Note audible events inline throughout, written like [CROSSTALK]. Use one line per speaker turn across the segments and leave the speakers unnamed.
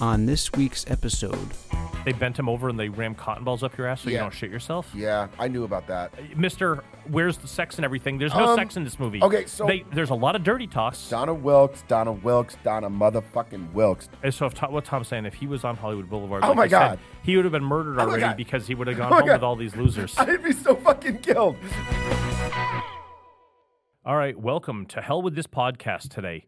on this week's episode.
They bent him over and they rammed cotton balls up your ass so you
Yeah.
don't shit yourself.
Yeah, I knew about that.
Mister, where's the sex and everything? There's no
Um,
sex in this movie.
okay, so-
they, there's a lot of dirty talks.
Donna Wilkes, Donna Wilkes, Donna motherfucking Wilkes.
And so if Tom, what Tom's saying, if he was on Hollywood Boulevard,
Oh
like
my
I
God. Oh
said, he would have been murdered
my
already
God.
because he would
[LAUGHS]
have gone
Oh my
home
God.
with all these
[LAUGHS]
losers.
I'd be so fucking killed.
[LAUGHS] all right, welcome to hell with this podcast today.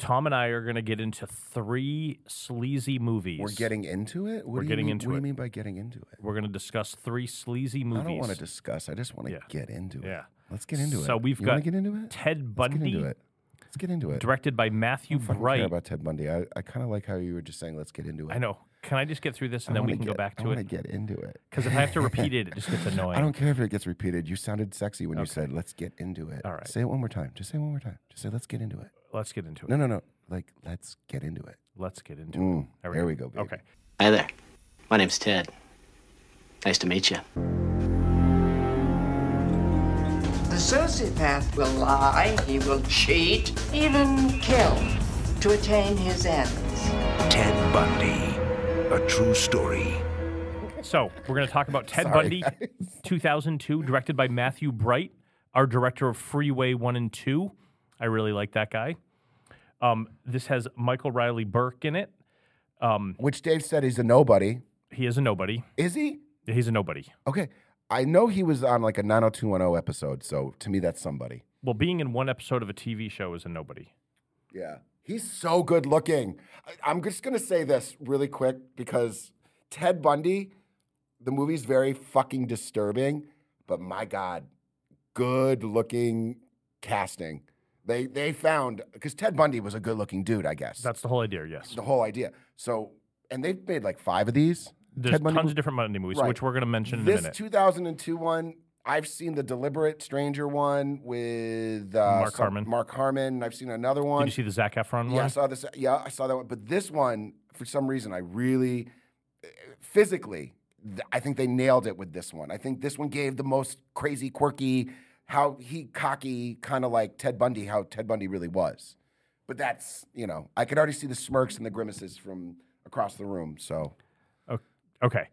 Tom and I are going to get into three sleazy movies.
We're getting into it. What
We're
do you
getting
mean,
into
What do
it.
you mean by getting into it?
We're going to discuss three sleazy
I
movies.
don't want to discuss. I just want to
Yeah.
get into it.
Yeah.
Let's get into it.
So we've
you
got
wanna get into it.
Ted
Let's
Bundy,
get into it. Let's get into it.
directed by Matthew
I don't
Bright.
care about Ted Bundy. I, I kind of like how you were just saying. Let's get into it.
I know. Can I just get through this and then we can go back to
I
it?
want to get into it.
Because if I have to repeat it, it just gets annoying.
[LAUGHS] I don't care if it gets repeated. You sounded sexy when you said, let's get into it.
All right.
Say it one more time. Just say it one more time. Just say, let's get into it.
Let's get into it.
No, no, no. Like, let's get into it.
Let's get into it.
Mm,
There
there,
we
we go. baby.
Okay.
Hi there. My name's Ted. Nice to meet you.
The sociopath will lie, he will cheat, even kill to attain his ends.
Ted Bundy. A true story.
So we're going to talk
[LAUGHS]
about Ted
Sorry,
Bundy,
guys.
2002, directed by Matthew Bright, our director of Freeway One and Two. I really like that guy. Um, this has Michael Riley Burke in it.
Which Dave said he's a nobody.
He is a nobody.
Is he?
He's a nobody.
Okay. I know he was on like a 90210 episode. So to me, that's somebody.
Well, being in one episode of a TV show is a nobody.
Yeah. He's so good looking. I, am just going to say this really quick because Ted Bundy, the movie's very fucking disturbing, but my God, good looking casting. They, they found, because Ted Bundy was a good looking dude, I guess.
That's the whole idea. Yes.
the whole idea. So, and they've made like five of these.
There's
Ted Bundy
tons
mo-
of different Monday movies,
Right.
which we're going to mention in a
this
minute.
2002 one, I've seen the Deliberate Stranger one with uh,
Mark
some-
Harmon.
Mark Harmon. and I've seen another one.
Did you see the Zac Efron one?
Yeah, I saw this. Yeah, I saw that one. But this one, for some reason, I really physically, th- I think they nailed it with this one. I think this one gave the most crazy, quirky, how he cocky, kind of like Ted Bundy, how Ted Bundy really was. But that's you know, I could already see the smirks and the grimaces from across the room. So,
Okay.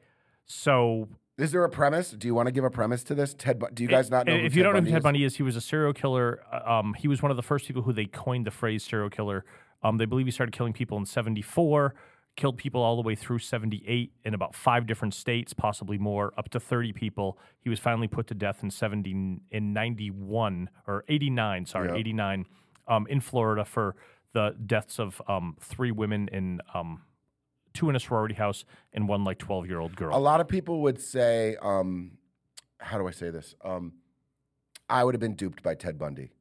So
is there a premise? Do you want to give a premise to this? Ted, Bu- do you guys not know?
And
who
if you don't
Ted
know who Ted
is?
Bundy is, he was a serial killer. uh, Um, he was one of the first people who they coined the phrase serial killer. Um, they believe he started killing people in '74, killed people all the way through '78 in about five different states, possibly more, up to 30 people. He was finally put to death in 70 in '91 or '89, sorry, '89, um, in Florida for the deaths of um, three women in um, two in a sorority house and one like 12 year old girl.
A lot of people would say, um, how do I say this? Um, I would have been duped by Ted Bundy.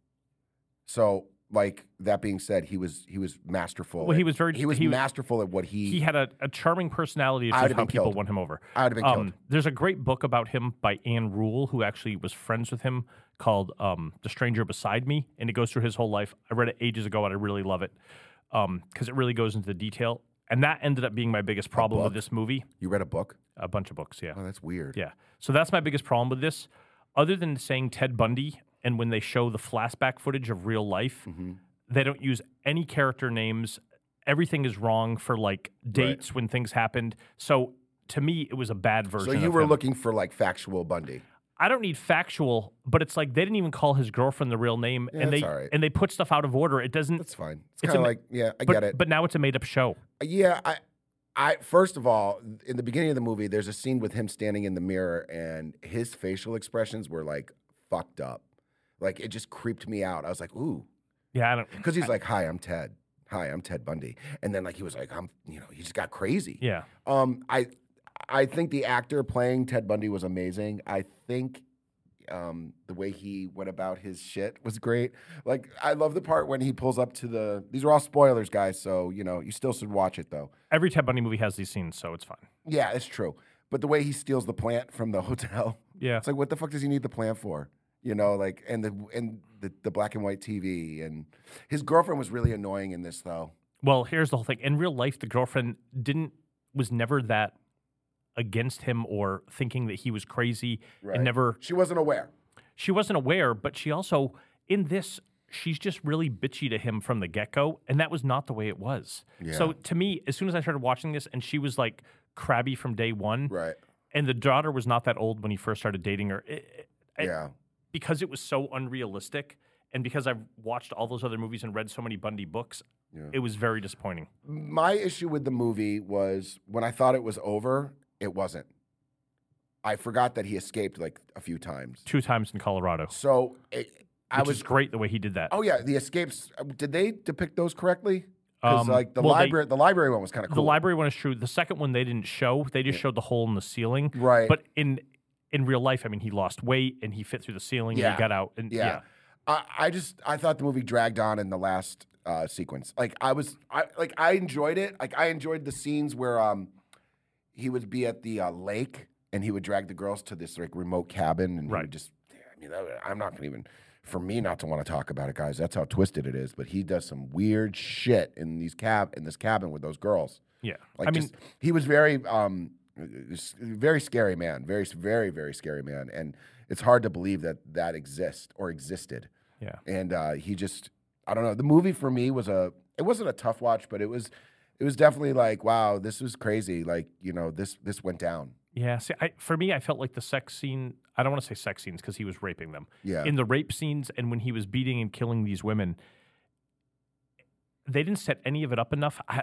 So, like that being said, he was he was masterful.
Well, he
at-
was very-
he was
he was-
masterful at what he.
he had a, a charming personality, which
I
is
would've
how
been
people
killed.
won him over. Um,
I would have been killed.
There's a great book about him by Anne Rule, who actually was friends with him, called um, "The Stranger Beside Me," and it goes through his whole life. I read it ages ago, and I really love it because it really goes into the detail. And that ended up being my biggest problem with
book?
this movie.
you read a book?
A bunch of books, yeah,
Oh, that's weird.
yeah. So that's my biggest problem with this. Other than saying Ted Bundy, and when they show the flashback footage of real life,
Mm-hmm.
they don't use any character names. Everything is wrong for like dates when things happened. So to me, it was a bad version.
So you
of
were
him.
looking for like factual Bundy.
I don't need factual, but it's like they didn't even call his girlfriend the real name,
Yeah,
and they
that's all right.
and they put stuff out of order. It doesn't.
That's fine. It's
It's
kind of
ama-
like yeah, I
but,
get it.
But now it's a made up show.
Yeah, I, I first of all, in the beginning of the movie, there's a scene with him standing in the mirror, and his facial expressions were like fucked up. Like it just creeped me out. I was like, ooh,
Yeah, I don't.
because he's like, hi, I'm Ted. Hi, I'm Ted Bundy. And then like he was like, I'm, you know, he just got crazy.
Yeah,
Um, I, I think the actor playing Ted Bundy was amazing. I think. Um, the way he went about his shit was great. Like, I love the part when he pulls up to the. These are all spoilers, guys. So you know, you still should watch it though.
every Ted Bundy movie has these scenes, so it's fine.
Yeah, it's true. But the way he steals the plant from the [LAUGHS] hotel,
Yeah.
it's like, what the fuck does he need the plant for? You know, like, and the and the, the black and white TV, and his girlfriend was really annoying in this though.
Well, here's the whole thing. In real life, the girlfriend didn't was never that against him or thinking that he was crazy. And never
She wasn't aware.
she wasn't aware, but she also in this she's just really bitchy to him from the get go, and that was not the way it was. So to me, as soon as I started watching this, and she was like crabby from day one, [LAUGHS]
Right.
and the daughter was not that old when he first started dating her. It- it- it-
yeah.
because it was so unrealistic, and because I've watched all those other movies and read so many Bundy books, it was very disappointing.
My issue with the movie was when I thought it was over, it wasn't. I forgot that he escaped like a few times.
Two times in Colorado, which
So it, I was.
is great the way he did that.
Oh yeah, the escapes. uh, Did they depict those correctly? Because
Um,
like the
well, they-
library, the library one was kind of cool.
The library one is true. The second one they didn't show. They just showed the hole in the ceiling.
Right.
But in in real life, I mean, he lost weight and he fit through the ceiling and
Yeah.
he got out. And
Yeah.
yeah.
I, I just I thought the movie dragged on in the last uh, sequence. Like I was I like I enjoyed it. Like I enjoyed the scenes where um he would be at the uh, lake and he would drag the girls to this like remote cabin and he would
Right.
just I mean that, I'm not gonna even for me not to want to talk about it, guys. That's how twisted it is. But he does some weird shit in these cab in this cabin with those girls.
Yeah.
Like
I mean,
just, he was very, um, s- very scary man. Very, s- very, very scary man. And it's hard to believe that that exists or existed.
Yeah.
And uh, he just, I don't know. The movie for me was a, it wasn't a tough watch, but it was, it was definitely like, wow, this was crazy. Like you know, this this went down.
yeah. See, I, for me, I felt like the sex scene. I don't want to say sex scenes because he was raping them.
Yeah.
In the rape scenes and when he was beating and killing these women, they didn't set any of it up enough. I,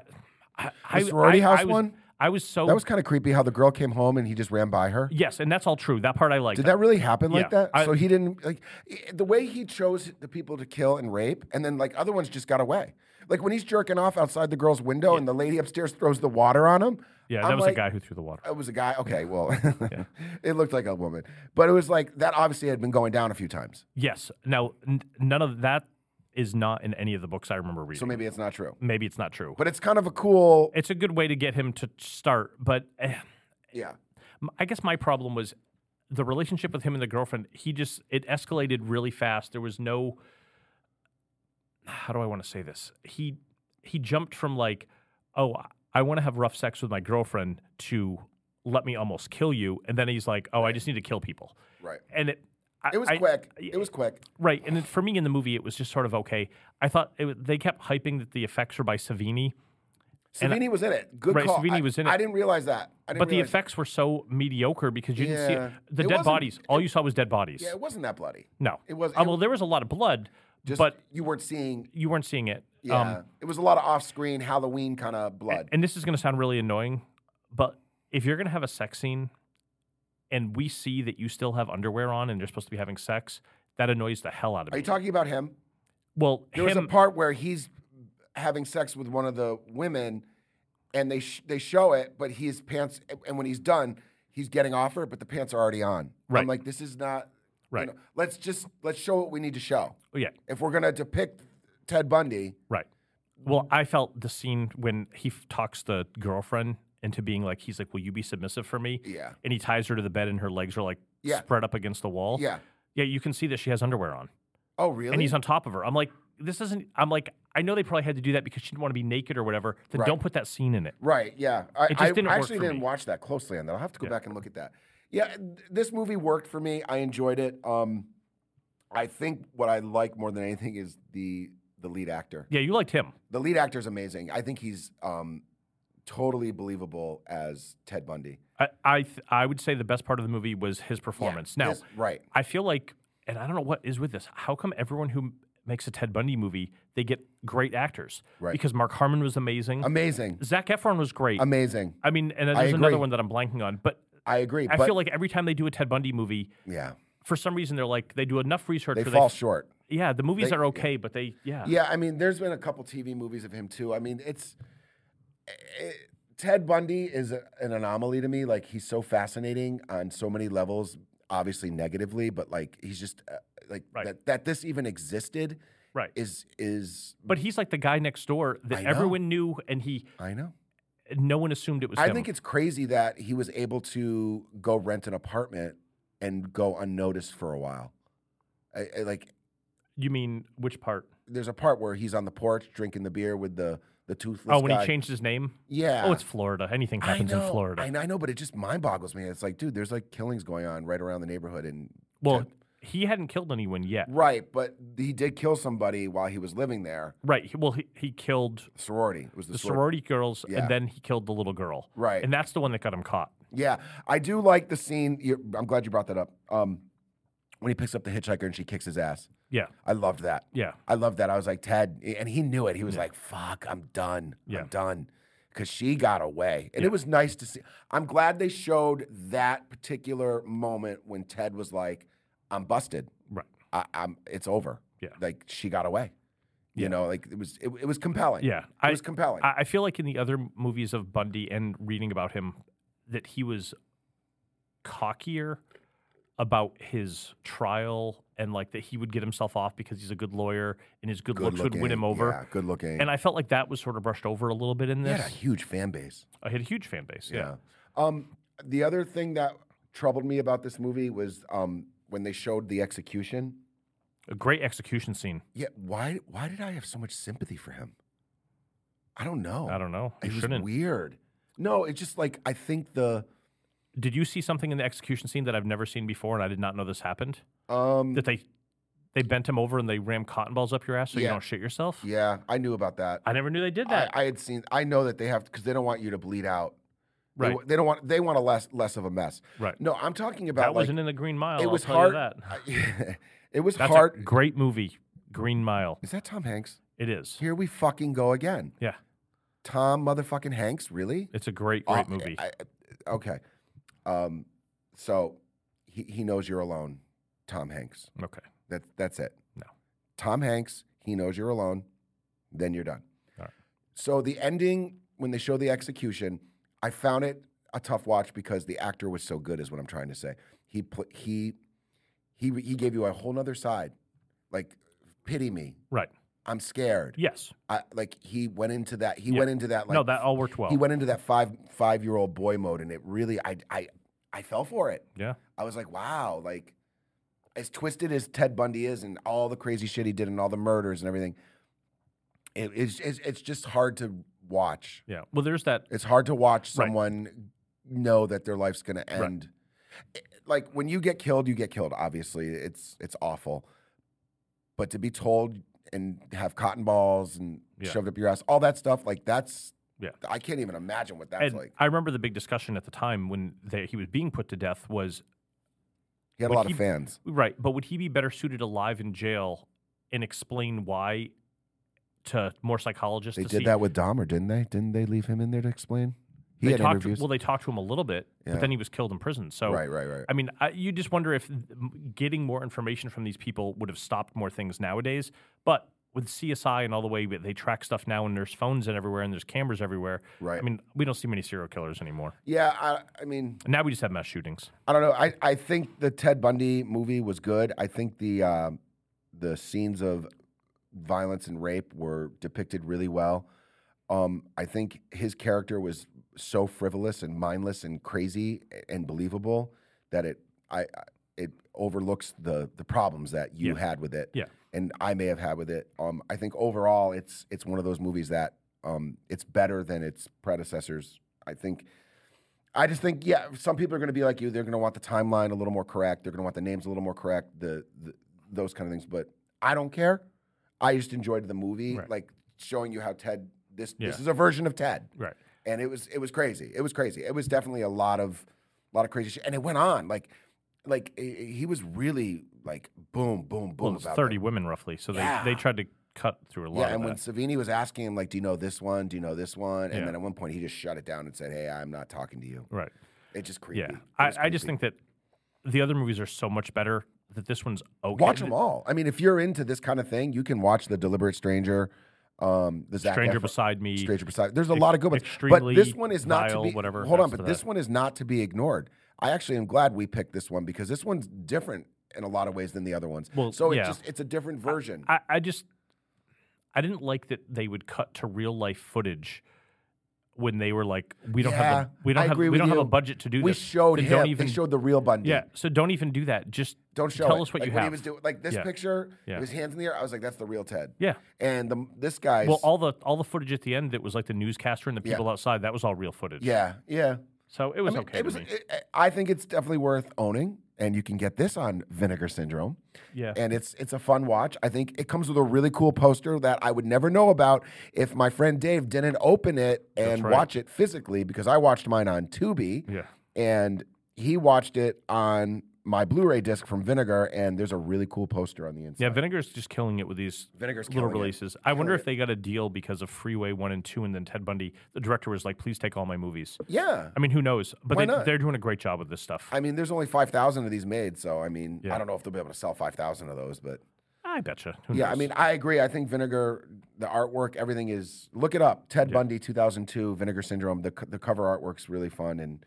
I, I-
The sorority
I-
house
I was,
one?
I was so
That was kind of creepy. How the girl came home and he just ran by her.
yes, and that's all true. That part I like.
Did that really happen like
Yeah,
that?
I-
so he didn't like i- the way he chose the people to kill and rape, and then like other ones just got away. Like when he's jerking off outside the girl's window, and the lady upstairs throws the water on him.
yeah, that
I'm
was
like,
the guy who threw the water.
It was a guy. Okay, well, [LAUGHS] it looked like a woman, but it was like that. Obviously, had been going down a few times,
Yes. Now, n- none of that is not in any of the books I remember reading.
so maybe it's not true.
maybe it's not true.
But it's kind of a cool.
it's a good way to get him to start. But eh,
yeah,
m- I guess my problem was the relationship with him and the girlfriend. He just it escalated really fast. There was no. How do I want to say this? He he jumped from like, oh, I- I want to have rough sex with my girlfriend to let me almost kill you, and then he's like, oh, I just need to kill people,
right.
and it. I-
It was
I-
quick. it was quick.
Right, and then for me in the movie, it was just sort of okay. I thought it, wa- they kept hyping that the effects were by Savini, and I-
Savini was in it. Good
Right,
call.
Savini
I,
was in
I
it.
didn't realize that. I didn't
but the
realize-
effects were so mediocre because you didn't see
Yeah.
it. the
It
dead
wasn't-
bodies. All you saw was dead bodies.
Yeah, it wasn't that bloody.
no,
it was-
Uh,
it-
well, there was a lot of blood,
Just
but
you weren't seeing.
you weren't seeing it. Um,
Yeah, it was a lot of off-screen Halloween kind of blood.
and this is going to sound really annoying, but if you're going to have a sex scene, and we see that you still have underwear on and you're supposed to be having sex, that annoys the hell out of
Are you
me.
talking about him?
well,
There was
him,
a part where he's having sex with one of the women, and they sh- they show it, but his pants. And when he's done, he's getting off her, but the pants are already on. I'm
Right.
like, this is not you
Right.
know, let's just let's show what we need to show.
oh, yeah,
If we're gonna depict Ted Bundy,
Right. Well, I felt the scene when he f- talks the girlfriend into being like, he's like, "Will you be submissive for me?"
Yeah.
And he ties her to the bed, and her legs are like
Yeah.
spread up against the wall.
yeah.
Yeah, you can see that she has underwear on,
Oh really?
and he's on top of her. I'm like, this isn't. I'm like, I know they probably had to do that because she didn't want to be naked or whatever. Then
Right.
don't put that scene in it.
Right. Yeah. I,
just
I
didn't work
actually
for
didn't
me.
watch that closely on that. I'll have to go back and look at that. Yeah, th- this movie worked for me. I enjoyed it. Um, I think what I like more than anything is the the lead actor.
Yeah, you liked him.
The lead actor is amazing. I think he's um, totally believable as Ted Bundy.
I I, th- I would say the best part of the movie was his performance. now,
Yes,
[LAUGHS]
right.
I feel like, and I don't know what is with this. How come everyone who m- makes a Ted Bundy movie they get great actors?
Right.
Because Mark Harmon was amazing.
Amazing.
Zach Efron was great.
Amazing.
I mean, and there's
Um, agree.
another one that I'm blanking on, but
I agree.
I
but
feel like every time they do a Ted Bundy movie,
yeah,
for some reason they're like they do enough research.
they
where
fall
They,
short.
yeah, the movies are okay, but they yeah.
Yeah, I mean, there's been a couple TV movies of him too. I mean, it's eh, Ted Bundy is a- an anomaly to me. Like he's so fascinating on so many levels, obviously negatively, but like he's just uh, like
Right.
that that this even existed
Right.
is is
But he's like the guy next door that
I know.
everyone knew, and he
I know.
no one assumed it was
I
him.
think it's crazy that he was able to go rent an apartment and go unnoticed for a while. I, I, like
you mean which part?
there's a part where he's on the porch drinking the beer with the the toothless
Oh, when
guy.
he changed his name.
Yeah.
Oh, it's Florida. Anything
I
happens
know,
in Florida.
I know, I know, but it just mind boggles me. It's like, dude, there's like killings going on right around the neighborhood, and
Well, he hadn't killed anyone yet.
Right, but he did kill somebody while he was living there.
Right. He, well, he, he killed
Sorority. It was the,
the
soror-
sorority girls,
Yeah.
and then he killed the little girl.
Right.
And that's the one that got him caught.
Yeah, I do like the scene. you I'm glad you brought that up. Um, when he picks up the hitchhiker and she kicks his ass.
Yeah.
I loved that.
Yeah.
I loved that. I was like Ted, and he knew it. He was like, "Fuck, I'm done.
Yeah.
I'm done," because she got away, and it was nice to see. I'm glad they showed that particular moment when Ted was like, "I'm busted.
Right.
I, I'm. It's over."
Yeah.
Like she got away. You
Yeah.
know, like it was. It, it was compelling.
Yeah.
It was compelling.
I I feel like in the other movies of Bundy and reading about him, that he was cockier about his trial and like that he would get himself off because he's a good lawyer and his good, looks would win him over.
Yeah, good looking.
And I felt like that was sort of brushed over a little bit in
he had
this.
a huge fan base.
I had a huge fan base. Yeah.
Um, the other thing that troubled me about this movie was um, when they showed the execution.
A great execution scene.
Yeah, why why did I have so much sympathy for him? I don't know.
I don't know. You
It Oh, was
shouldn't.
weird. No, it's just like I think the
Did you see something in the execution scene that I've never seen before and I did not know this happened?
um
That they they bent him over and they rammed cotton balls up your ass so you
Yeah.
don't shit yourself?
yeah, I knew about that.
I never knew they did
I,
that.
I had seen I know that they have because they don't want you to bleed out. They
right.
wa- They, don't want they want a less less of a mess.
Right.
No, I'm talking about
that
like
wasn't in the Green Mile.
it was
i
hard.
that.
I- [LAUGHS] it was
That's
hard.
a great movie, Green Mile.
Is that Tom Hanks?
It is.
Here we fucking go again.
Yeah,
Tom motherfucking Hanks, really?
it's a great, great
Oh,
movie.
I- I- okay. Um, so he, he knows you're alone, Tom Hanks.
okay.
That, that's it.
No.
Tom Hanks, he knows you're alone, then you're done.
All right.
So the ending, when they show the execution, I found it a tough watch because the actor was so good, is what I'm trying to say. He, pl- he, he, he gave you a whole nother side. Like, pity me.
Right.
I'm scared.
Yes.
I, like he went into that. He
Yeah.
went into that. Like,
no, that all worked well.
he went into that five five year old boy mode, and it really I I I fell for it.
yeah.
I was like, wow, like as twisted as Ted Bundy is, and all the crazy shit he did, and all the murders and everything. It, it's, it's it's just hard to watch.
Yeah. Well, there's that.
It's hard to watch
Right.
someone know that their life's gonna
Right.
end. It- like when you get killed, you get killed. Obviously, it's it's awful. But to be told and have cotton balls and
Yeah.
shoved up your ass, all that stuff, like that's
Yeah.
I can't even imagine what that's
And
like.
I remember the big discussion at the time when they, he was being put to death was
He had a
Would
lot
he-
of fans.
right, but would he be better suited alive in jail and explain why to more psychologists?
They
to
did
see?
that with Dahmer, didn't they? Didn't they leave him in there to explain? He
They
had
talked to-
interviews.
well, they talked to him a little bit,
Yeah.
but then he was killed in prison. So
right, right, right.
I mean, I, you just wonder if m- getting more information from these people would have stopped more things nowadays. But with CSI and all the way that they track stuff now, and there's phones and everywhere, and there's cameras everywhere. I
Right.
mean, we don't see many serial killers anymore.
yeah, I, I mean,
Now we just have mass shootings.
I don't know. I, I think the Ted Bundy movie was good. I think the um, the scenes of violence and rape were depicted really well. Um, I think his character was so frivolous and mindless and crazy a- and believable that it I, I it overlooks the the problems that you
Yeah.
had with it.
Yeah.
and I may have had with it. Um, I think overall, it's it's one of those movies that um, it's better than its predecessors. I think. I just think, yeah, some people are going to be like you. They're going to want the timeline a little more correct. They're going to want the names a little more correct. The, the those kind of things. But I don't care. I just enjoyed the movie,
Right.
like showing you how Ted. This this
Yeah.
is a version of Ted,
Right.
and it was it was crazy. It was crazy. It was definitely a lot of a lot of crazy shit, and it went on like like i- i- he was really like boom boom boom
Well, it's
about
thirty
that.
women roughly, so
Yeah.
they they tried to cut through a lot
Yeah,
of
and
that.
when Savini was asking him like, "Do you know this one? Do you know this one?" and
Yeah.
then at one point he just shut it down and said, "Hey, I'm not talking to you."
right.
It just creepy.
Yeah.
It
I,
was
I just
creepy.
think that the other movies are so much better that this one's okay.
Watch them all. I mean, if you're into this kind of thing, you can watch The Deliberate Stranger, um, the Zac
Stranger
Efron-
beside me.
Stranger Beside. There's a lot of good ones, but
Extremely
this one is not
Vile,
to be.
whatever,
hold on,
that's
but
the-
this one is not to be ignored. I actually am glad we picked this one because this one's different in a lot of ways than the other ones.
Well,
so
yeah.
it's just it's a different version.
I, I just I didn't like that they would cut to real life footage when they were like, we don't have the,
Yeah,
we don't
I
have
agree
we
with
don't have a
you.
budget to do
we
this.
showed
Then
him.
Don't even
they showed the real Bundy.
yeah. So don't even do that. Just
Don't show
Tell
it.
us what
like
you
when
have.
He was doing like this
Yeah.
picture.
Yeah.
His hands in the air. I was like, that's the real Ted.
yeah.
And the this guy's.
Well, all the all the footage at the end that was like the newscaster and the
Yeah.
people outside that was all real footage.
yeah, yeah.
So it was
I mean,
okay.
It
to
was.
me.
it- I think it's definitely worth owning. and you can get this on Vinegar Syndrome.
Yeah.
And it's it's a fun watch. I think it comes with a really cool poster that I would never know about if my friend Dave didn't open it and
right.
watch it physically because I watched mine on Tubi.
Yeah.
And he watched it on my Blu-ray disc from Vinegar and there's a really cool poster on the inside.
Yeah, Vinegar's just killing it with these
Vinegar's
little
killing it.
releases. I wonder if they got a deal because of Freeway 1 and 2 and then Ted Bundy, the director was like, please take all my movies.
Yeah.
I mean, who knows? But
Why
they,
not?
they're doing a great job with this stuff. I,
I mean, there's only 5,000 of these made, so I mean,
Yeah.
I don't know if they'll be able to sell 5,000 of those, but
betcha. Who
Yeah, I
knows?
mean, I agree. I think Vinegar, the artwork, everything is. Look it up. Ted Bundy, two thousand two, Vinegar Syndrome. The c- the cover artwork's really fun, and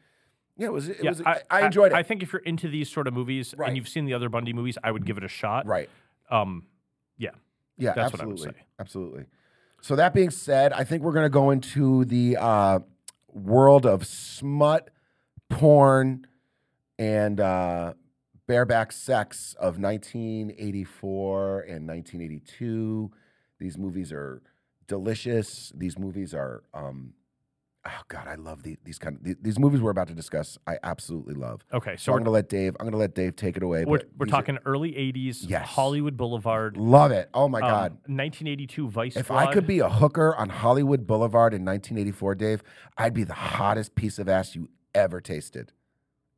yeah, it was. It was. I, I enjoyed it.
I think if you're into these sort of movies
Right.
and you've seen the other Bundy movies, I would give it a shot.
right.
Um, yeah.
Yeah.
That's what I would
absolutely.
say.
Absolutely. So that being said, I think we're gonna go into the uh, world of smut, porn, and uh, bareback sex of 1984 and 1982. These movies are delicious. These movies are, um, oh God, I love these, these kind of the- these movies we're about to discuss. I absolutely love.
Okay.
So
So
I'm
we're,
gonna let Dave. I'm gonna let Dave take it away.
we're,
but
we're
these are-
talking early 80s,
Yes.
Hollywood Boulevard.
love it. Oh my
um,
God.
1982 Vice
If
Squad.
I could be a hooker on Hollywood Boulevard in 1984, Dave, I'd be the hottest piece of ass you ever tasted,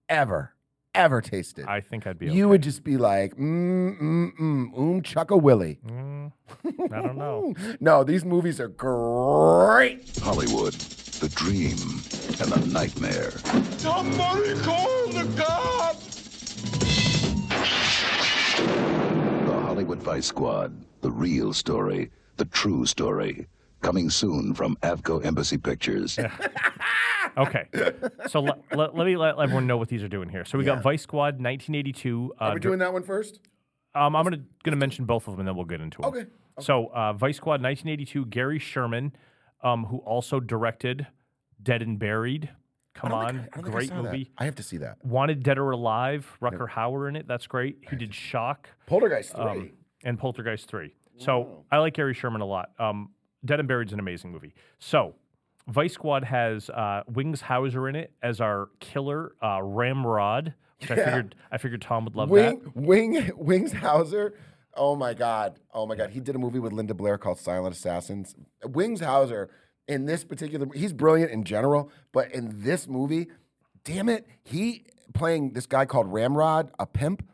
ever, ever tasted.
I think I'd be.
you would just be like, mm, mm, mm, um, chuck a willy.
okay. Mm, I don't know.
No, these movies are great.
Hollywood, the dream, and the nightmare.
Somebody call the cops!
The Hollywood Vice Squad, the real story, the true story. Coming soon from Avco Embassy Pictures.
[LAUGHS]
Okay. So let, let, let me let everyone know what these are doing here. So we got Vice Squad 1982. Uh,
Are we doing that one first?
um, I'm gonna gonna mention both of them and then we'll get into them.
Okay.
So uh, Vice Squad 1982. Gary Sherman, um, who also directed Dead and Buried. Come
I
on,
don't think I
great
saw that.
movie.
I have to see that.
Wanted Dead or Alive. Rucker Hauer in it. That's great. He did Shock.
Poltergeist 3.
um, and Poltergeist 3. So I like Gary Sherman a lot. Um, Dead and Buried's an amazing movie. So Vice Squad has uh, Wings Hauser in it as our killer, uh, Ramrod, which I figured I figured Tom would love that.
Wing, Wing, [LAUGHS] Wings Hauser. Oh my God. Oh my God. He did a movie with Linda Blair called Silent Assassins. Wings Hauser, in this particular, he's brilliant in general, but in this movie, damn it, he playing this guy called Ramrod, a pimp.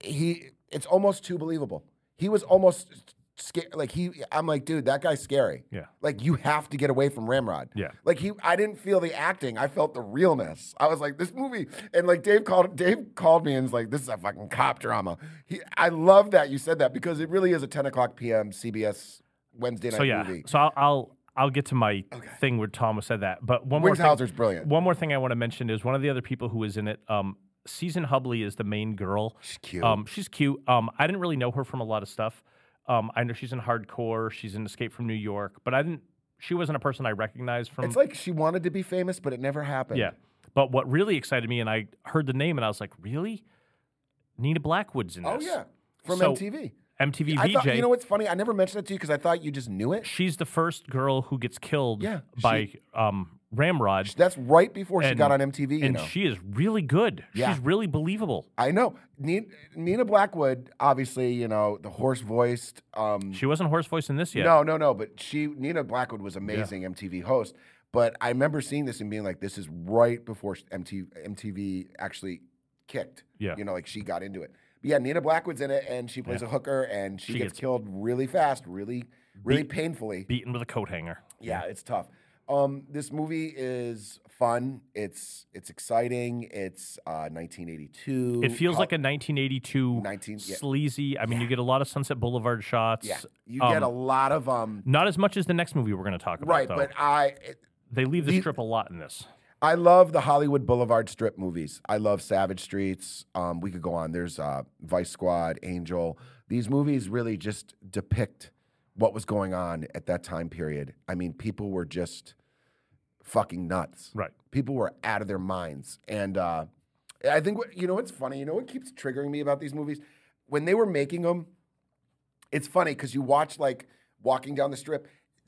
He, it's almost too believable. He was almost scared. Like he, I'm like, dude, that guy's scary.
Yeah.
Like you have to get away from Ramrod.
Yeah.
Like he, I didn't feel the acting. I felt the realness. I was like, this movie, and like Dave called Dave called me and was like, this is a fucking cop drama. He, I love that you said that because it really is a 10 o'clock p.m. CBS Wednesday night
So yeah,
movie.
so I'll, I'll I'll get to my thing where Tom said that. But one
Wings
more thing,
Hauser's brilliant.
One more thing I want to mention is one of the other people who was in it. Um, Season Hubley is the main girl. She's
cute.
Um, she's cute. Um, I didn't really know her from a lot of stuff. Um, I know she's in Hardcore. She's in Escape from New York, but I didn't. She wasn't a person I recognized from.
It's like she wanted to be famous, but it never happened.
yeah. But what really excited me, and I heard the name, and I was like, really? Nina Blackwood's in
Oh
this.
yeah. From
So,
MTV.
MTV
I
VJ.
thought, you know what's funny? I never mentioned it to you because I thought you just knew it.
she's the first girl who gets killed
Yeah,
by um, Ramrod.
That's right before she
And-
got on MTV. You
and
know.
she is really good.
Yeah.
She's really believable.
I know Nina, Nina Blackwood. Obviously, you know the hoarse voiced. Um,
She wasn't horse voice in this yet.
No, no, no. But she, Nina Blackwood, was amazing MTV host. But I remember seeing this and being like, "This is right before MTV, MTV actually kicked."
Yeah.
you know, like she got into it. But yeah, Nina Blackwood's in it, and she plays a hooker, and she,
She
gets,
gets-
killed really fast, really, really painfully.
Beaten with a coat hanger.
Yeah, it's tough. Um, this movie is fun. It's it's exciting. It's uh, 1982.
It feels
How-
like a 1982
19 yeah.
sleazy. I mean, you get a lot of Sunset Boulevard shots.
yeah. You
Um,
get a lot of um.
Not as much as the next movie we're going to talk about,
Right,
though.
but I it,
they leave the,
the-
strip a lot in this.
I love the Hollywood Boulevard strip movies. I love Savage Streets. Um, we could go on. There's uh, Vice Squad, Angel. These movies really just depict what was going on at that time period. I mean, people were just fucking nuts.
Right.
People were out of their minds. And uh, I think, what, you know what's funny? You know what keeps triggering me about these movies? When they were making them, it's funny because you watch like walking down the strip.